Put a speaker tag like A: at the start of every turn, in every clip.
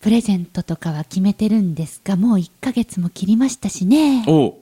A: プレゼントとかは決めてるんですがもう1ヶ月も切りましたしね
B: おう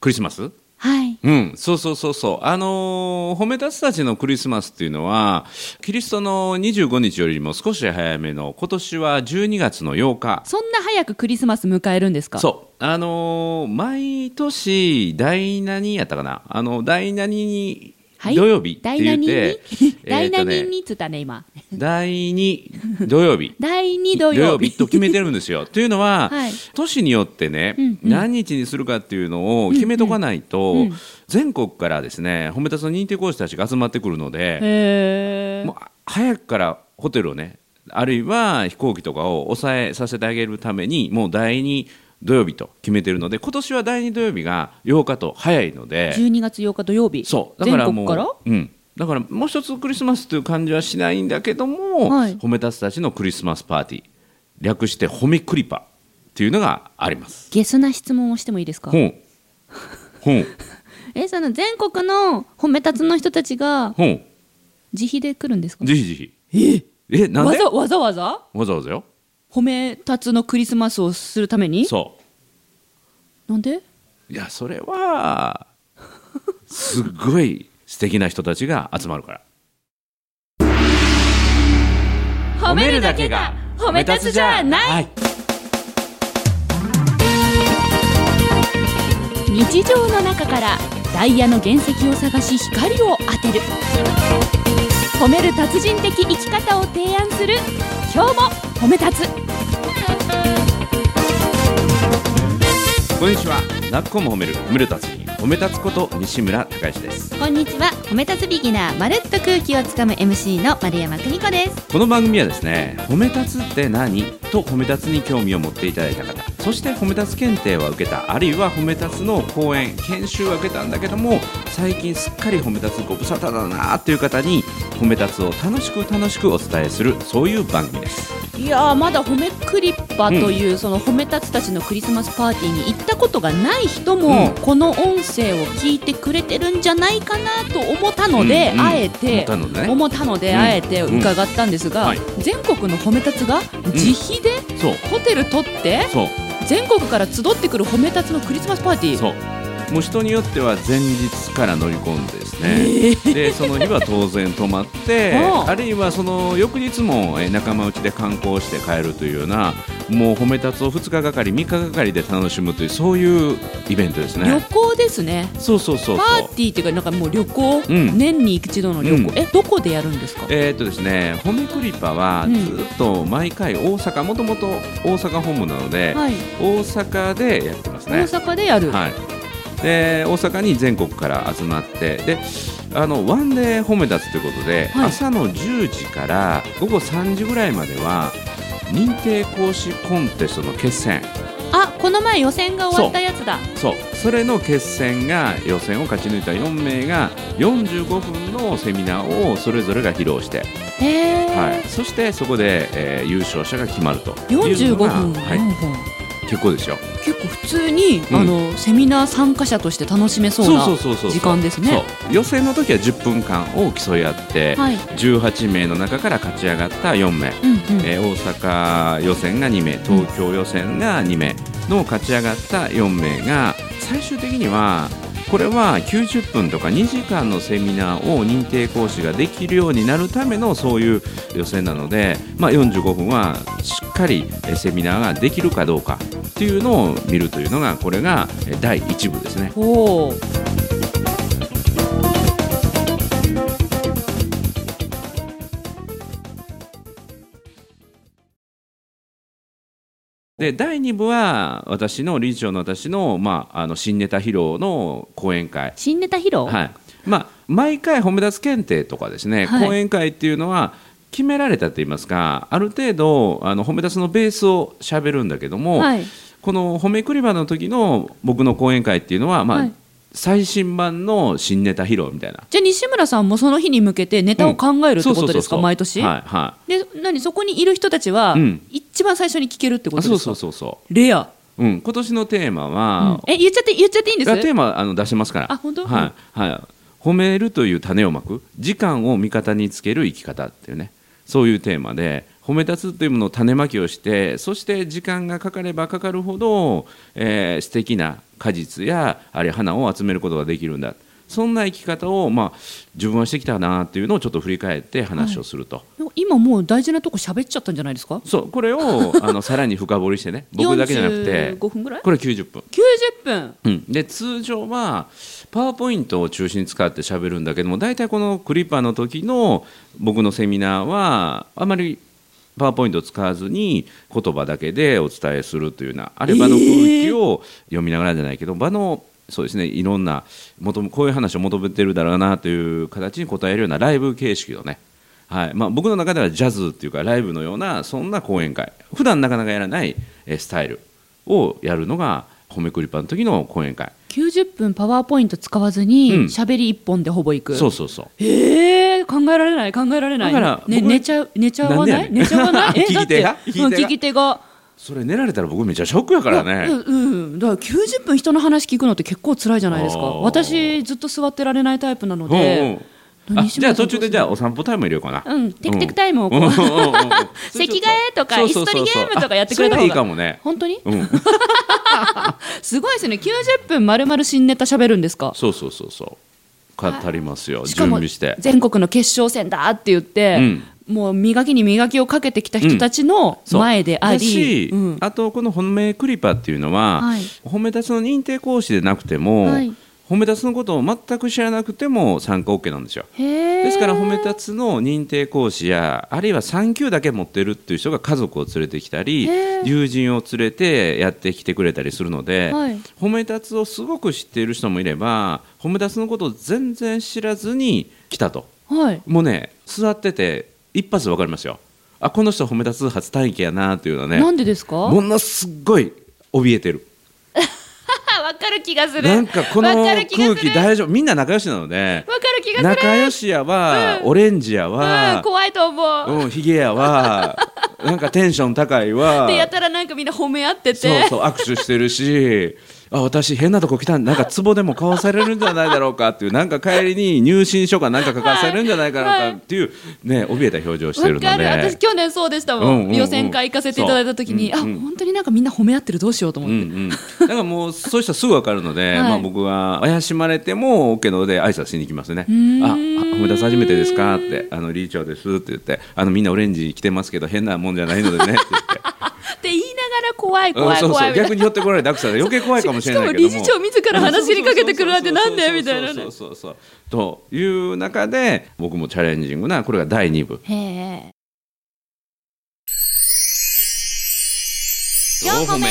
B: クリスマス
A: はい
B: うん、そうそうそうそう。あのー褒め立つたちのクリスマスっていうのは、キリストの25日よりも少し早めの、今年は12月の8日。
C: そんな早くクリスマス迎えるんですか
B: そう。あのー毎年、第何やったかなあの、第何に、
C: はい
B: 土曜日って
C: 第
B: 言っ
C: 何
B: て
C: に、
B: え
C: 第
B: ーと
C: 何
B: ね
C: にっつったね今
B: 第2土曜日。
C: 第2土曜日
B: と決めてるんです よ。というのは、
C: はい
B: 都市によってね、
C: うんうん
B: 何日にするかっていうのを決めとかないと、
C: うんうん
B: 全国からですね、褒めたつの認定講師たちが集まってくるので、
C: へ
B: もう早くからホテルをね、あるいは飛行機とかを抑えさせてあげるために、もう第2土曜日と決めてるので、今年は第2土曜日が8日と早いので、
C: 12月8日土曜日
B: そうだからも
C: 全国か
B: う
C: ら
B: うん、だからもう一つクリスマスという感じはしないんだけども、
C: はい
B: 褒めたつたちのクリスマスパーティー略して褒めクリパっていうのがあります。
C: ゲスな質問をしてもいいですか
B: ほんほん
C: えその全国の褒め立つの人たちが
B: ほん
C: 自費で来るんですか
B: ぜひぜひええなん
C: わ
B: で
C: ざわざわざ
B: わざわざよ
C: 褒め立つのクリスマスをするために
B: そ
C: なんで
B: ういやそれはすっごい素敵な人たちが集まるから
C: 褒
B: はい、
C: 日常の中からダイヤの原石を探し光を当てる褒める達人的生き方を提案する今日も褒め立つ
B: こんにちはなっこも褒める褒める達人褒め立つこと西村孝之です
A: こんにちは褒め立つビギナーまるっと空気をつかむ MC の丸山久美子です
B: この番組はですね褒め立つって何と褒め立つに興味を持っていただいた方そして褒め立つ検定は受けたあるいは褒め立つの講演研修は受けたんだけども最近すっかり褒め立つご無沙汰だなっていう方に褒め立つを楽しく楽しくお伝えするそういう番組です
C: いやーまだ褒めクリッパという、その褒め立つたちのクリスマスパーティーに行ったことがない人も、
B: うん
C: この音声を聞いてくれてるんじゃないかなと思ったので、
B: うんうん
C: あえ
B: 思
C: て
B: ったのでね
C: 思ったので、
B: うん
C: あえて伺ったんですが、
B: うんはい
C: 全国の褒め立つが自費で
B: そう
C: ホテル取って、
B: そう
C: 全国から集ってくる褒め立つのクリスマスパーティー
B: そうもう人によっては前日から乗り込んでですね、でその日は当然泊まって
C: おう
B: あるいはその翌日もえー仲間内で観光して帰るというようなもう褒め立つを2日がかり3日がかりで楽しむというそういうイベントです
C: 旅
B: ね
C: 行ですね
B: そうそうそう
C: パ
B: そ
C: ー
B: う
C: ティーっていうかなんかもう旅行、
B: うん
C: 年に一度の旅行、
B: うん
C: えどこでやるんですか
B: えーっとですね、褒めクリパは
C: うん
B: ずっと毎回大阪もともと大阪本部なので、
C: はい
B: 大阪でやってますね
C: 大阪でやる、
B: はい、で大阪に全国から集まってであのワンデー褒め立つということで、
C: はい
B: 朝の10時から午後3時ぐらいまでは認定講師コンテストの決戦
C: あこの前予選が終わったやつだ
B: そうそれの決戦が予選を勝ち抜いた4名が45分のセミナーをそれぞれが披露して、
C: へえ、
B: はい、そしてそこで、えー優勝者が決まるという
C: 45
B: のが
C: 分、
B: は
C: 4
B: い、
C: 本
B: 結構ですよ
C: 結構普通に、
B: うん
C: あのセミナー参加者として楽しめそうな
B: そうそうそうそう
C: 時間ですね
B: そう予選の時は10分間を競い合って、
C: はい
B: 18名の中から勝ち上がった
C: う
B: 4名、
C: んうん
B: えー大阪予選が2名東京予選が2名の勝ち上がった4名が最終的にはこれは90分とか2時間のセミナーを認定講師ができるようになるためのそういう予選なので、まあ、45分はしっかりえーセミナーができるかどうかっていうのを見るというのがこれがえー第1部ですね。
C: ほう
B: で第2部は私の理事長の私の,、まああの新ネタ披露の講演会、
C: 新ネタ披露、
B: はいまあ、毎回褒め立つ検定とかですね、
C: はい
B: 講演会っていうのは決められたと言いますかある程度あの褒め立つのベースをしゃべるんだけども、
C: はい
B: この褒めくりばの時の僕の講演会っていうのは、まあ
C: はい
B: 最新版の新ネタ披露みたいな。
C: じゃあ西村さんもその日に向けてネタを考えるって
B: そう
C: こ
B: そう
C: と
B: そう
C: ですか、
B: そう
C: 毎年、
B: はいは
C: で何そこにいる人たちは、
B: うん
C: 一番最初に聞けるって
B: い、
C: こ
B: あ
C: とです
B: そ
C: か
B: うそうそうそ
C: レア、
B: う、うん、今年のテーマ
C: うん
B: は、
C: え言っちゃって言っちゃっていいんで
B: がテ
C: す
B: ーマあの出してますから。
C: あ本当
B: はいはい。褒めるという種をまく時間を味方につける生き方っていうねそういうテーマで褒褒め立つというものを種まきをしてそして時間がかかればかかるほど、えー素敵な果実やあれ花を集めることができるんだそんな生き方を、まあ、自分はしてきたなっていうのをちょっと振り返って話をすると、
C: でも今もう大事なとこ喋っちゃったんじゃないですか
B: そうこれをあのさらに深掘りしてね僕だけじゃなくて
C: 45分ぐらい
B: これ90分。
C: 90分
B: うん、で通常はパワーポイントを中心に使って喋るんだけども大体このクリッパーの時の僕のセミナーはあまりパワーポイントを使わずに言葉だけでお伝えするというようなあれ場の空気を読みながらじゃないけど場のそうですねいろんな求めこういう話を求めてるだろうなという形に答えるようなライブ形式のねはいまあ、僕の中ではジャズっていうかライブのようなそんな講演会普段なかなかやらないえースタイルをやるのが褒めくりパンの時の講演会
C: 90分パワーポイント使わず
B: うん
C: に喋り一本でほぼいく、
B: そうそうそう
C: ええ考えられない考えられない
B: だから
C: ね、
B: 僕
C: 寝ちゃう寝ちゃわ
B: な
C: な
B: んでや
C: い
B: ねん
C: 寝ちゃわ ないえだ
B: 聞
C: っ
B: き手
C: て
B: が
C: うん
B: 聞き手が
C: 聞き手が
B: それ寝られたら僕めちゃショックやからね、
C: うんうんだから90分人の話聞くのって結構辛いじゃないですか
B: あー
C: 私ずっと座ってられないタイプなの
B: うん
C: で、
B: うんあ
C: 何し
B: じゃ
C: ま
B: あ
C: しょう
B: 途中でじゃあお散歩タイム入れようかな、
C: うんテクテクタイムをこう、
B: うんうんうんうん
C: 席替えとか
B: そうそうそうそう
C: 椅子取りゲームとかやってくれた方が
B: あそれいいかもね、
C: 本当に
B: うん、
C: すごいですね90分まるまる新ネタ喋るんですか
B: そうそうそうそう語りますよ
C: し
B: 準
C: かも
B: 備して
C: 全国の決勝戦だって言って、もう磨きに磨きをかけてきた人たちの
B: そう
C: 前であ
B: だ
C: り、
B: し
C: うん
B: あとこの褒めクリパっていうのは、
C: はい
B: 褒め立つの認定講師でなくても、
C: はい
B: 褒め立つのことを全く知らなくても参加 OK なんですよ。
C: へー
B: ですから褒め立つの認定講師やあるいは産休だけ持ってるっていう人が家族を連れてきたり
C: へー
B: 友人を連れてやってきてくれたりするので、
C: はい
B: 褒め立つをすごく知っている人もいれば褒め立つのことを全然知らずに来たと
C: はい
B: もうね座ってて一発で分かりますよあこの人褒め立つ初体験やなっていうのはね
C: なんでですか
B: ものすっごい怯えてる
C: あわかる気がする
B: なんかこの
C: わか
B: 空
C: る気がする
B: 気大丈夫みんな仲良しなので
C: わかる気がする
B: 仲良しやは、
C: うん
B: オレンジや
C: うん
B: は、
C: 怖いと思う、
B: うん、ヒゲや は、なんかテンション高いは
C: で、やたらなんかみんな褒め合ってて
B: そうそう、握手してるし、あ、私変なとこ来たんで、なんか壺でも買わされるんじゃないだろうかっていう、なんか帰りに入信書かなんか書かされるんじゃないかなっていう、ね、怯えた表情をしてるの
C: わかる私
B: で。
C: 去年そうでしたもん,、
B: うんうんうん
C: 予選会行かせていただいた時に、
B: そううんうん
C: あ本当になんかみんな褒め合ってるどうしようと思
B: う
C: っ
B: ん
C: て、
B: うん、だからもうそういう人はすぐ分かるので、
C: はい
B: まあ、僕は怪しまれても OK ので挨拶しに行きますね「ああ
C: ーん
B: 褒め出す初めてですか?」って「あの理事長です」って言ってあの「みんなオレンジ着てますけど変なもんじゃない のでね」って言って
C: って言いながら怖い
B: うん
C: 怖い
B: そう
C: 怖
B: そ
C: いうみたい
B: 逆に寄ってこられたアクサで余計怖いかも
C: な
B: し
C: し
B: れ
C: か
B: ない
C: も
B: けども
C: 理事長自ら話しにかけてくるなんてなんでみたいなね
B: そうそうそうそうという中で僕もチャレンジングなこれが第2部
C: へえ
A: 四歩目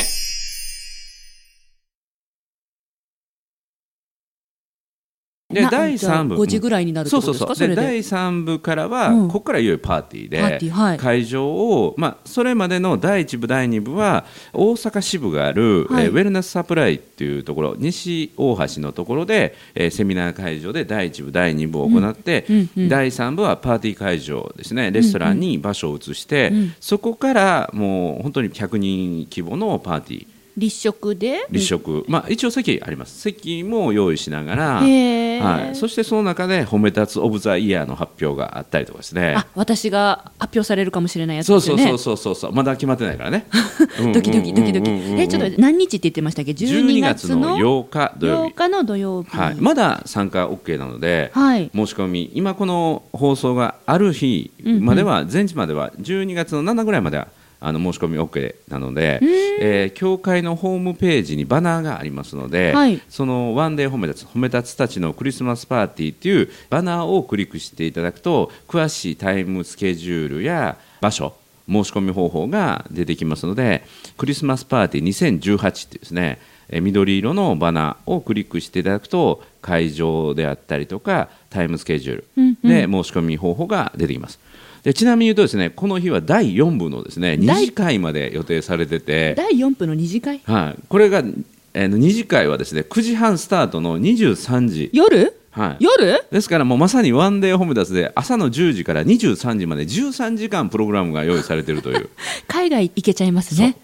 B: で第3部
C: 5時ぐらいになるって
B: そう
C: こと
B: そう
C: です
B: そ
C: か
B: う
C: そ
B: で
C: れで
B: 第3部からは、
C: うん
B: ここからいよいよパーティーで
C: パーティーはい
B: 会場を、まあ、それまでの第1部第2部は大阪支部がある、
C: はい
B: えーウェルネスサプライっていうところ西大橋のところで、えーセミナー会場で第1部第2部を行って、
C: うんうん
B: 第3部はパーティー会場ですねレストランに場所を移して、
C: うん
B: そこからもう本当に100人規模のパーティー
C: 立食で
B: 立食、まあ、一応席あります席も用意しながら。
C: へえ、
B: はい、そしてその中で褒め立つオブ・ザ・イヤーの発表があったりとかですね
C: あ。私が発表されるかもしれないやつ
B: そう
C: です
B: そ
C: よ
B: う
C: ね
B: そうそうそうそう、まだ決まってないからね。
C: ドキドキドキドキ
B: うんうんうんうんうん
C: えちょっと待って何日って言ってましたっけ12
B: 12
C: 月
B: 月
C: の
B: の
C: 8
B: 8日土曜日。
C: 日の土曜日
B: はい、まだ参加 OK なので、
C: はい
B: 申し込み、今この放送がある日までは、前日までは12月の7ぐらいまではあの申し込み OK なので、えー教会のホームページにバナーがありますので、
C: はい
B: そのワンデー褒め立つ、褒め立つたちのクリスマスパーティーというバナーをクリックしていただくと、詳しいタイムスケジュールや場所、申し込み方法が出てきますので、クリスマスパーティー2018っていうですね、えー緑色のバナーをクリックしていただくと、会場であったりとか、タイムスケジュール、
C: うんうん
B: で申し込み方法が出てきます。でちなみに言うとですね、この日は第4部のですね、2
C: 第
B: 次会まで予定されてて、
C: 第4部の二次会
B: はい、これが、えー、2次会はですね9時半スタートの23時
C: 夜
B: はい、
C: 夜
B: ですからもうまさにワンデーホメダスで朝の10時から23時まで13時間プログラムが用意されている という
C: 海外行けちゃいますね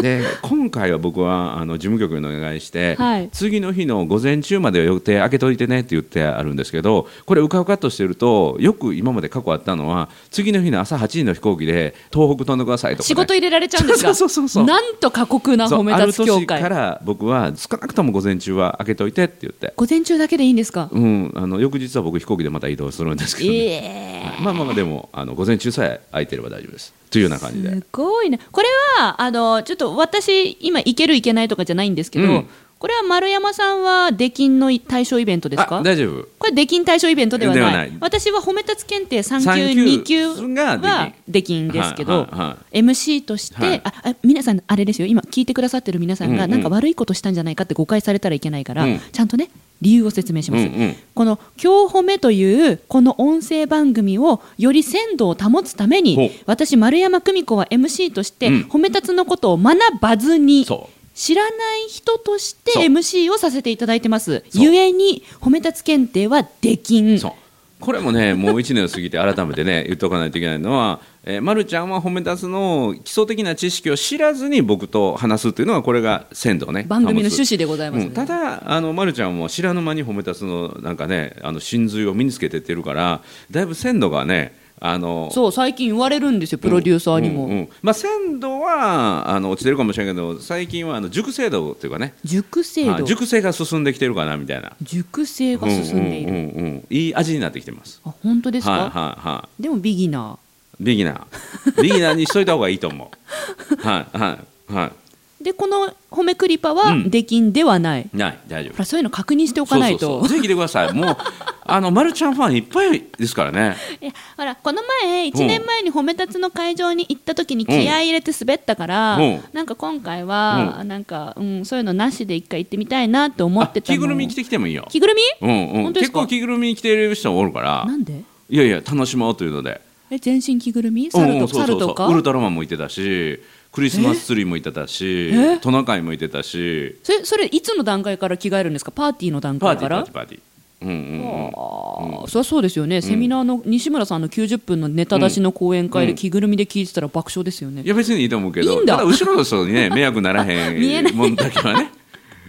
B: で今回は僕はあの事務局にお願いして、
C: はい
B: 次の日の午前中までは予定開けといてねって言ってあるんですけどこれうかうかっとしてるとよく今まで過去あったのは次の日の朝8時の飛行機で東北飛んでくださいとか、ね、
C: 仕事入れられちゃうんですが
B: そうそうそうそう
C: なんと過酷な
B: そ
C: 褒
B: う
C: め
B: ある
C: 立つ協
B: 年か
C: 会
B: ら僕は少なくとも午前中は開けといてって言って、
C: 午前中だけでいいんですか
B: うん、あの翌日は僕飛行機でまた移動するんですけどね、
C: ええ
B: はいまあまあまあでもあの午前中さえ空いてれば大丈夫ですというような感じです
C: ごいねこれはあのちょっと私今行ける行けないとかじゃないんですけど、
B: うん
C: これは丸山さんは出禁の対象イベントですか
B: あ大丈夫
C: これ出禁対象イベントではない
B: ではない
C: 私は褒め立つ検定
B: 三級
C: 3級2級
B: が
C: は出禁ですけ
B: は
C: ど
B: いはいは
C: MC として、
B: はい
C: ああ皆さんあれですよ今聞いてくださってる皆さんが
B: うんう
C: な
B: ん
C: んか悪いことしたんじゃないかって誤解されたらいけないから、
B: うん
C: ちゃんとね理由を説明します、
B: うんうん
C: この「今日褒め」というこの音声番組をより鮮度を保つため
B: ほ
C: に
B: う
C: 私丸山久美子は MC として
B: うん
C: 褒め立つのことを学ばずに
B: そ
C: 知らない人として
B: そう
C: MC をさせていただいてます
B: そう
C: ゆえに褒め立つ検定はできん
B: そうこれもねもう1年を過ぎて改めてね 言っておかないといけないのは、えーま、るちゃんは褒め出すの基礎的な知識を知らずに僕と話すっていうのがこれが鮮度をね
C: 番組の
B: 保つ
C: 趣旨でございます、ね
B: うん、ただあの、ま、るちゃんも知らぬ間に褒めたそのなんかねあの真髄を身につけてってるからだいぶ鮮度がねあの
C: そう最近言われるんですよプロデューサーにも、
B: うんうんまあ、鮮度はあの落ちてるかもしれないけど最近はあの熟成度っていうかね
C: 熟成
B: はい
C: 度
B: 熟成が進んできてるかなみたいな
C: 熟成が進んでいる、
B: うんうんうんうんいい味になってきてます
C: あ本当ですか、
B: はいはいはい
C: でもビギナ
B: ビギナー。ビギナーにしといた方がいいと思う。 はいはいは
C: ーでこの褒めクリパは
B: うん
C: 出禁ではない、
B: い。ない大丈
C: ほ
B: 夫。
C: らそういうの確認しておかないと
B: そうそうそうぜひ来てください。もうあのマルちゃんファンいっぱいですからね。
C: いやほらこの前
B: うん
C: 1年前に褒め立つの会場に行った時に気合い入れて滑ったから、
B: うん
C: なんか今回は、なんか、うん、そういうのなしで一回行ってみたいなと思
B: あ
C: ってたの
B: 着ぐるみ着てきてもいいよ。
C: 着ぐるみ
B: うんう
C: 本当
B: ん。
C: です
B: 結
C: か
B: 構着ぐるみ着てる人おるから
C: な。んで
B: いやいや楽しもうというので。
C: え全身着ぐるみ
B: う
C: 猿
B: んう
C: と
B: んそう
C: 猿
B: そう
C: と
B: そ
C: か
B: う。ウルトラマンもいてたし、クリスマスツリーもいてたし
C: え、
B: トナカイもいてたし、
C: それそれいつの段階から着替えるんですかパーティーの段
B: パー
C: 階
B: ティ
C: か
B: ーパー
C: ら
B: ティーパーティー。うんうんうん。
C: ああ、そりゃそうですよね、セミナーの西村さんの90分のネタ出しの講演会で着ぐるみで聞いてたら爆笑ですよね。
B: いや別にいいと思うけど
C: いいんだ
B: ただ後ろの人 にね迷惑ならへん
C: 見えない
B: もんだけはね、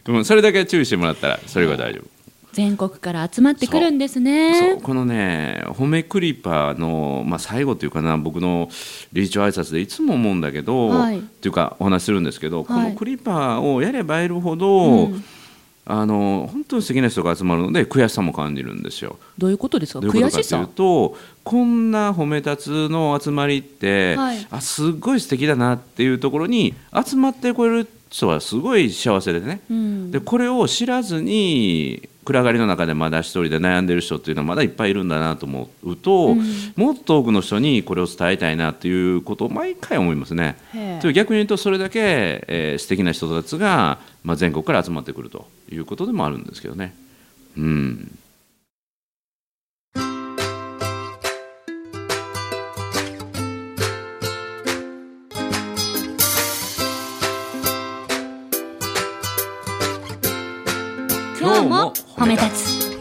B: うん、それだけは注意してもらったらそれが大丈夫、
C: 全国から集まってくるんですね
B: そう。このね褒めクリパーの、まあ、最後というかな僕の理事長挨拶でいつも思うんだけど、
C: はい
B: っていうかお話しするんですけど、こ
C: は
B: の
C: い
B: クリパーをやればやるほど、
C: うん
B: あの本当に素敵な人が集まるので悔しさも感じるんですよ。
C: どういうことですか
B: どういうこと
C: 悔
B: か
C: し
B: という
C: さ
B: とこんな褒め立つの集まりって、
C: はい
B: あすごい素敵だなっていうところに集まってこれる人はすごい幸せでね、
C: うん
B: でこれを知らずに暗がりの中でまだ一人で悩んでる人っていうのはまだいっぱいいるんだなと思うと、
C: うん
B: もっと多くの人にこれを伝えたいなっていうことを毎回思いますね。
C: へえ
B: という逆に言うとそれだけ、えー素敵な人たちが、まあ、全国から集まってくるということでもあるんですけどね。うん
A: 今日も褒め立つ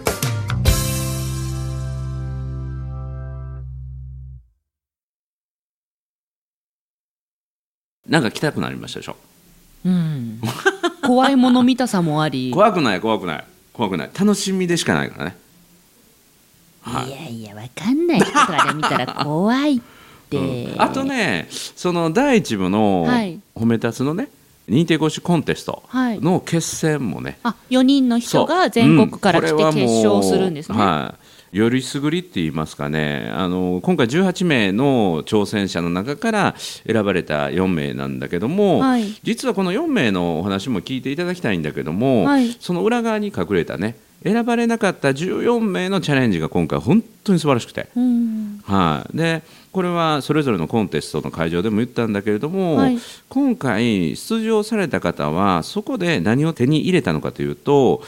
B: なんか来たくなりましたでしょ
C: うん、怖いもの見たさもあり
B: 怖くない怖くない怖くない楽しみでしかないからね
A: いやいやわかんない人から見たら怖いって、
B: うんあとねその第一部の
C: はい
B: 褒め立つのね認定講師コンテスト
C: はい
B: の決戦もね、
C: あ4人の人
B: そ
C: が
B: う
C: 全国から来
B: う
C: て
B: んこれはもう
C: 決勝するんですね、
B: はいよりすぐりって言いますかねあの今回18名の挑戦者の中から選ばれた4名なんだけども、
C: はい
B: 実はこの4名のお話も聞いていただきたいんだけども、
C: はい
B: その裏側に隠れたね選ばれなかった14名のチャレンジが今回本当に素晴らしくて、
C: うん
B: はい、でこれはそれぞれのコンテストの会場でも言ったんだけれども、
C: はい
B: 今回出場された方はそこで何を手に入れたのかというと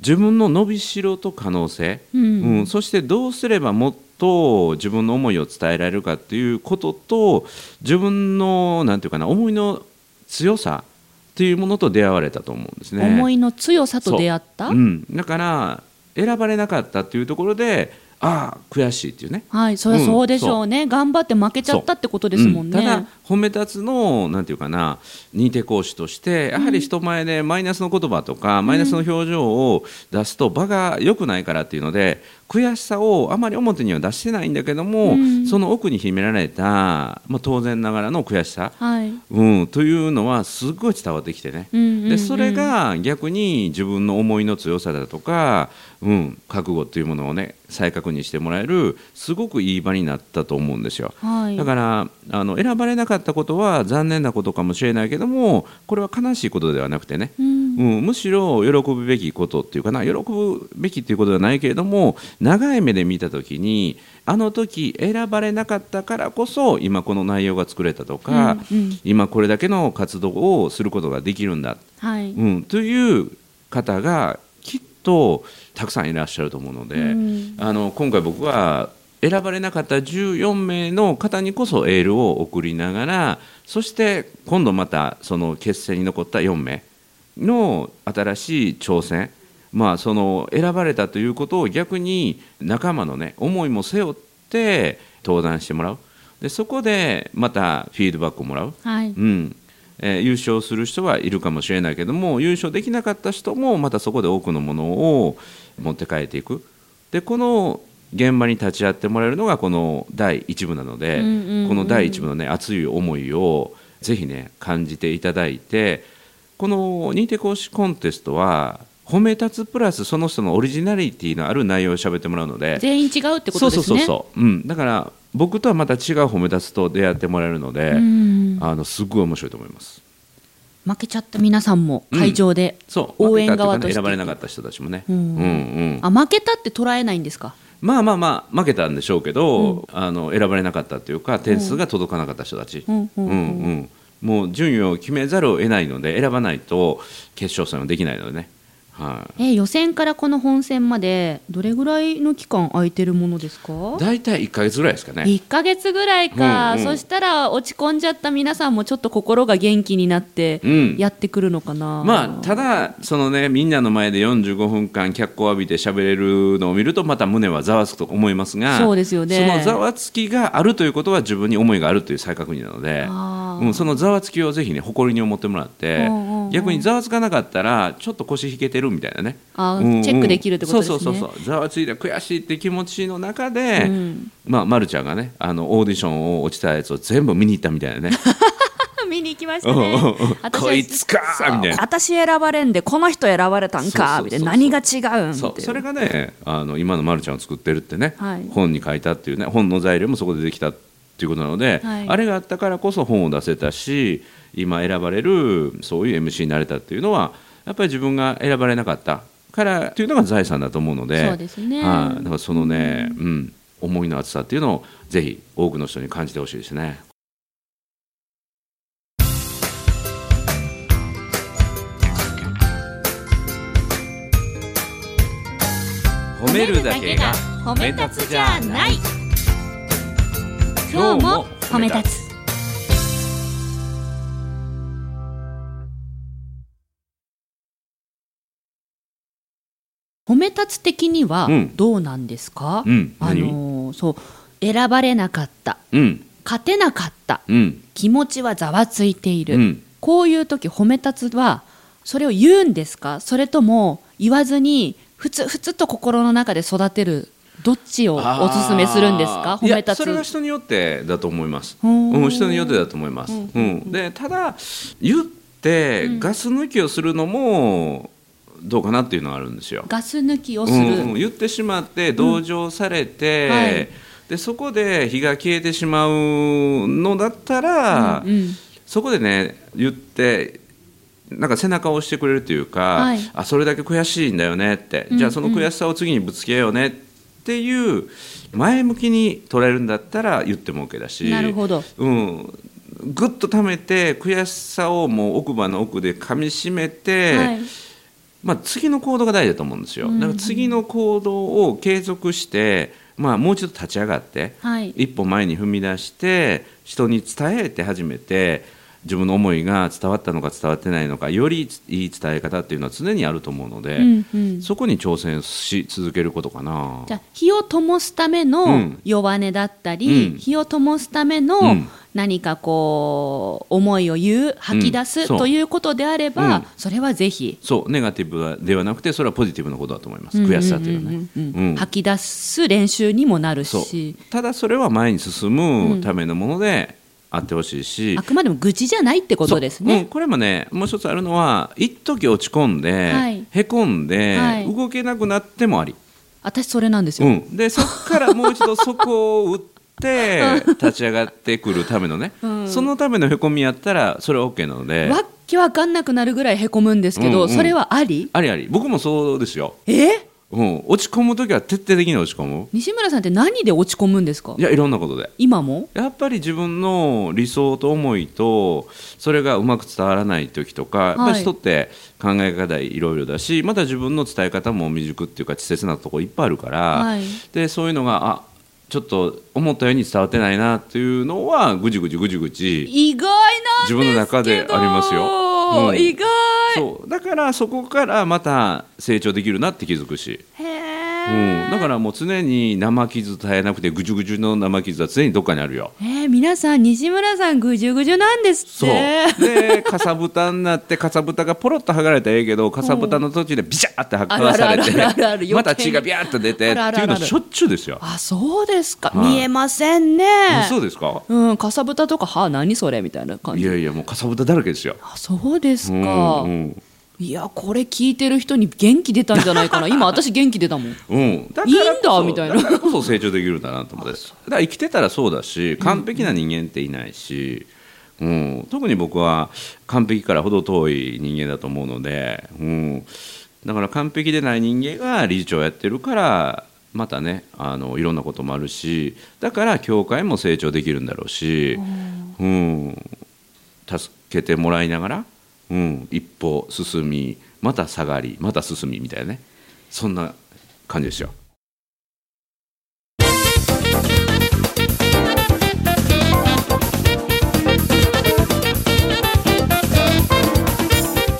B: 自分の伸びしろと可能性、
C: うん
B: うんそしてどうすればもっと自分の思いを伝えられるかっていうことと自分のなんていうかな思いの強さっていうものと出会われたと思うんですね。
C: 思いの強さと出会った
B: うん、だから選ばれなかったっていうところでああ悔しいっていうね
C: はい、そりゃそうでしょうね、頑張って負けちゃったってことですもんね。
B: うんただ褒め立つのなんていうかな認定講師としてやはり人前でマイナスの言葉とか、マイナスの表情を出すと場が良くないからっていうので悔しさをあまり表には出してないんだけども、
C: うん
B: その奥に秘められた、まあ、当然ながらの悔しさ、
C: はい、
B: うん、というのはすごい伝わってきてね。
C: うんうんうん
B: でそれが逆に自分の思いの強さだとか、うん、覚悟っていうものをね再確認してもらえるすごくいい場になったと思うんですよ。
C: はい、
B: だからあの選ばれなかったことは残念なことかもしれないけどもこれは悲しいことではなくてね、
C: うん
B: うん、むしろ喜ぶべきことっていうかな喜ぶべきっていうことではないけれども長い目で見た時にあの時選ばれなかったからこそ今この内容が作れたとか、
C: うんうん
B: 今これだけの活動をすることができるんだ、
C: はい、
B: うん、という方がきっとたくさんいらっしゃると思うので。
C: うん
B: あの今回僕は選ばれなかった14名の方にこそエールを送りながらそして今度またその決戦に残った4名の新しい挑戦まあその選ばれたということを逆に仲間のね思いも背負って登壇してもらうでそこでまたフィードバックをもらう
C: はい、
B: うんえー優勝する人はいるかもしれないけども優勝できなかった人もまたそこで多くのものを持って帰っていくでこの現場に立ち会ってもらえるのがこの第1部なので、
C: うんうんうん
B: この第1部の、ね、熱い思いをぜひね感じていただいてこの認定講師コンテストは褒め立つプラスその人のオリジナリティのある内容を喋ってもらうので
C: 全員違うってことですね。
B: そうそうそうそう、うん、だから僕とはまた違う褒め立つと出会ってもらえるので、
C: うん
B: あのすごい面白いと思います。
C: 負けちゃった皆さんも会場で、
B: そう
C: 応援側として
B: 負けたっていうかね選ばれなかった人たちもね、
C: う
B: うんんうん
C: あ負けたって捉えないんですか。
B: まあまあまあ負けたんでしょうけど、あの選ばれなかったっていうか点数が届かなかった人たち、
C: うんうんうん
B: うんもう順位を決めざるを得ないので選ばないと決勝戦はできないのでね、はい
C: え予選からこの本戦までどれぐらいの期間空いてるものですか。
B: 大体1か月ぐらいですかね。
C: 一ヶ月ぐらいか、
B: うんうん
C: そしたら落ち込んじゃった皆さんもちょっと心が元気になって
B: うん
C: やってくるのかな。
B: まあ、ただその、ね、みんなの前で45分間脚光を浴びて喋れるのを見るとまた胸はざわつくと思いますが
C: そうですよね
B: そのざわつきがあるということは自分に思いがあるという再確認なので、
C: あー
B: うん、そのざわつきをぜひ、ね、誇りに思ってもらって
C: うんうんうん
B: 逆にざわつかなかったらちょっと腰引けてるみたいなね
C: あー
B: うんうん
C: チェックできるってことですね
B: そうそうそうそうざわついた悔しいって気持ちの中で、
C: うん
B: まあ、まるちゃんがねあのオーディションを落ちたやつを全部見に行ったみたいなね。
C: 見に行きまし
B: う
C: た
B: んうん
C: ね
B: うん。
C: 私は
B: こいつか
D: そう
B: ーみたいな
D: 私選ばれんでこの人選ばれたんか
B: そうそうそうそう
D: みたいな何が違うんってい
B: そうそれがねあの今のまるちゃんを作ってるってね、
C: はい
B: 本に書いたっていうね本の材料もそこでできたっていうことなので、
C: はい
B: あれがあったからこそ本を出せたし今選ばれるそういう MC になれたっていうのはやっぱり自分が選ばれなかったからっていうのが財産だと思うので
C: そうですね
B: はいだからそのね、うん思いの厚さっていうのをぜひ多くの人に感じてほしいですね。褒めるだけが
C: 褒
B: め立つじゃない
C: 今日も褒め立
B: つ
C: つ褒め立つ的には
B: うん
C: どうなんですか、
B: うん
C: あのーそう選ばれなかった
B: うん
C: 勝てなかった
B: うん
C: 気持ちはざわついている、
B: うん
C: こういう時褒め立つはそれを言うんですかそれとも言わずにふつふつと心の中で育てるどっちをおすすめするんですか
B: あー
C: 褒め
B: いや
C: 立
B: それは
C: つ
B: 人によってだと思います、
C: ほー
B: うん、人によってだと思います、うんでただ言ってガス抜きをするのもどうかなっていうのはあるんですよ、
C: ガス抜きをす
B: う
C: る、
B: んうん言ってしまって同情されて、
C: うんはい
B: でそこで火が消えてしまうのだったら、
C: うん
B: そこでね言ってなんか背中を押してくれるというか、
C: はい
B: あそれだけ悔しいんだよねって、
C: うん
B: じゃあその悔しさを次にぶつけようねっていう前向きに捉えるんだったら言っても OK だし
C: なるほど
B: うん、ぐっと溜めて悔しさをもう奥歯の奥で噛みしめて、
C: はい
B: まあ、次の行動が大事だと思うんですよ。だから次の行動を継続して、まあ、もう一度立ち上がって、
C: はい
B: 一歩前に踏み出して人に伝えて初めて自分の思いが伝わったのか伝わってないのかよりいい伝え方っていうのは常にあると思うので、
C: うんうん
B: そこに挑戦し続けることかな
C: じゃあ火を灯すため
B: う
C: の
B: ん
C: 弱音だったり、
B: うん
C: 火を灯すための
B: うん
C: 何かこう思いを言う吐き出す、
B: うんそう
C: ということであれば、
B: うん
C: それはぜひ、
B: そうネガティブではなくてそれはポジティブなことだと思います、悔しさっていうのはね、
C: うんうん
B: うん
C: 吐き出す練習にもなる
B: そう
C: した
B: だそれは前に進むためのものであってほしいし、
C: あくまでも愚痴じゃないってことです
B: そううん
C: ね。
B: これもねもう一つあるのは一時落ち込んで、
C: はい
B: へこんで、
C: はい
B: 動けなくなってもあり、
C: 私それなんですよ、
B: うん、でそこからもう一度そこを打って立ち上がってくるためのね、そのためのへこみやったらそれは OK なので
C: わっけわかんなくなるぐらいへこむんですけど、
B: うんうん
C: それはあり
B: ありあり僕もそうですよ、
C: え
B: うん、落ち込む時は徹底的に落ち込む
C: 西村さんって何で落ち込むんですか
B: いやいろんなことで
C: 今も
B: やっぱり自分の理想と思いとそれがうまく伝わらない時とか、やっぱり人って考え方いろいろだしまた自分の伝え方も未熟っていうか稚拙なとこいっぱいあるから、
C: はい
B: でそういうのがあちょっと思ったように伝わってないなっていうのはぐじぐじぐじぐじ
C: 意外なんですけ
B: 自
C: ど
B: 分の中でありますようん
C: 意外
B: そうだからそこからまた成長できるなって気づくし、
C: へ
B: う
C: え、
B: ん、だからもう常に生傷絶えなくてぐじゅぐじゅの生傷は常にどっかにあるよ。
C: えー皆さん西村さんぐじゅぐじゅなんです
B: そ
C: っ
B: う
C: て
B: でかさぶたになってかさぶたがポロッと剥がれたらええけどかさぶたの途中でビシャーって剥がされ
C: あるあるあるあるある余計
B: て
C: に
B: また血がビャーって出て
C: あるあ
B: っ
C: る
B: てい
C: あ
B: う
C: るあ
B: の
C: る
B: しょっちゅうですよ。
C: あそうですか、
B: はい
C: 見えませんね
B: そうですか
C: うんかさぶたとかはあ何それみたいな感
B: い
C: じ
B: やいやもうかさぶただらけですよ。
C: あそうです
B: うん
C: か、
B: うん
C: いやこれ聞いてる人に元気出たんじゃないかな今私元気出たもん
B: うん、だからこそ
C: いいんだみたいな
B: だからこそ成長できるんだなと思ってだから生きてたらそうだし完璧な人間っていないし、うん特に僕は完璧からほど遠い人間だと思うので、うん、だから完璧でない人間が理事長やってるからまたねあのいろんなこともあるしだから教会も成長できるんだろうし、うん、助けてもらいながら、うん、一歩進みまた下がりまた進みみたいなねそんな感じですよ。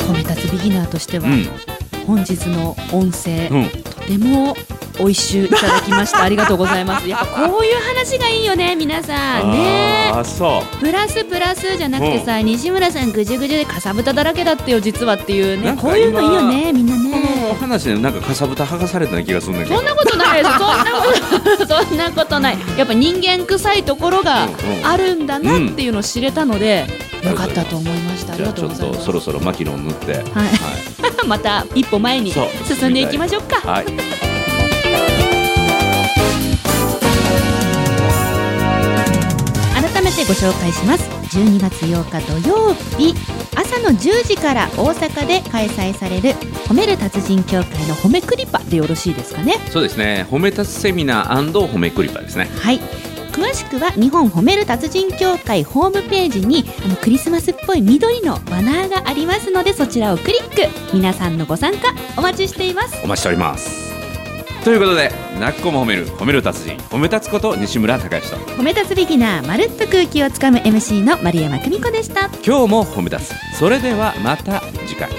C: 褒め立つビギナーとしては、
B: う
C: 本日の音声、
B: ん、うん、
C: とても美味しゅういただきましたありがとうございますやっぱこういう話がいいよね皆さんね
B: あーそう
C: プラスプラスじゃなくてさ、西村さんぐじゅぐじゅでかさぶただらけだってよ実はっていうね
B: なんか
C: こういうのいいよねみんな
B: このお
C: ね
B: 話でなんかかさぶた剥がされたような気がするんだけど
C: そんなことない ですそんなこと そんなことないやっぱ人間臭いところが
B: うんうん
C: あるんだなっていうのを知れたので、よかったと思いましたあ
B: じ
C: りが
B: ゃあち
C: とう
B: ょ
C: ご
B: っ
C: ざい
B: と
C: ます
B: そろそろマキロン塗っては
C: は
B: い、
C: い また一歩前に
B: そう
C: 進んでいきましょうか
B: はい、
C: 改めてご紹介します12月8日土曜日朝の10時から大阪で開催される褒める達人協会の褒めクリパでよろしいですかね
B: そうですね褒め立つセミナー褒めクリパですね
C: はい詳しくは日本褒める達人協会ホームページにあのクリスマスっぽい緑のバナーがありますのでそちらをクリック皆さんのご参加お待ちしています
B: お待ちしておりますということで泣く子も褒める褒める達人褒め立つこと西村隆之と
C: 褒め立つビギナーまるっと空気をつかむ MC の丸山久美子でした
B: 今日も褒め立つそれではまた次回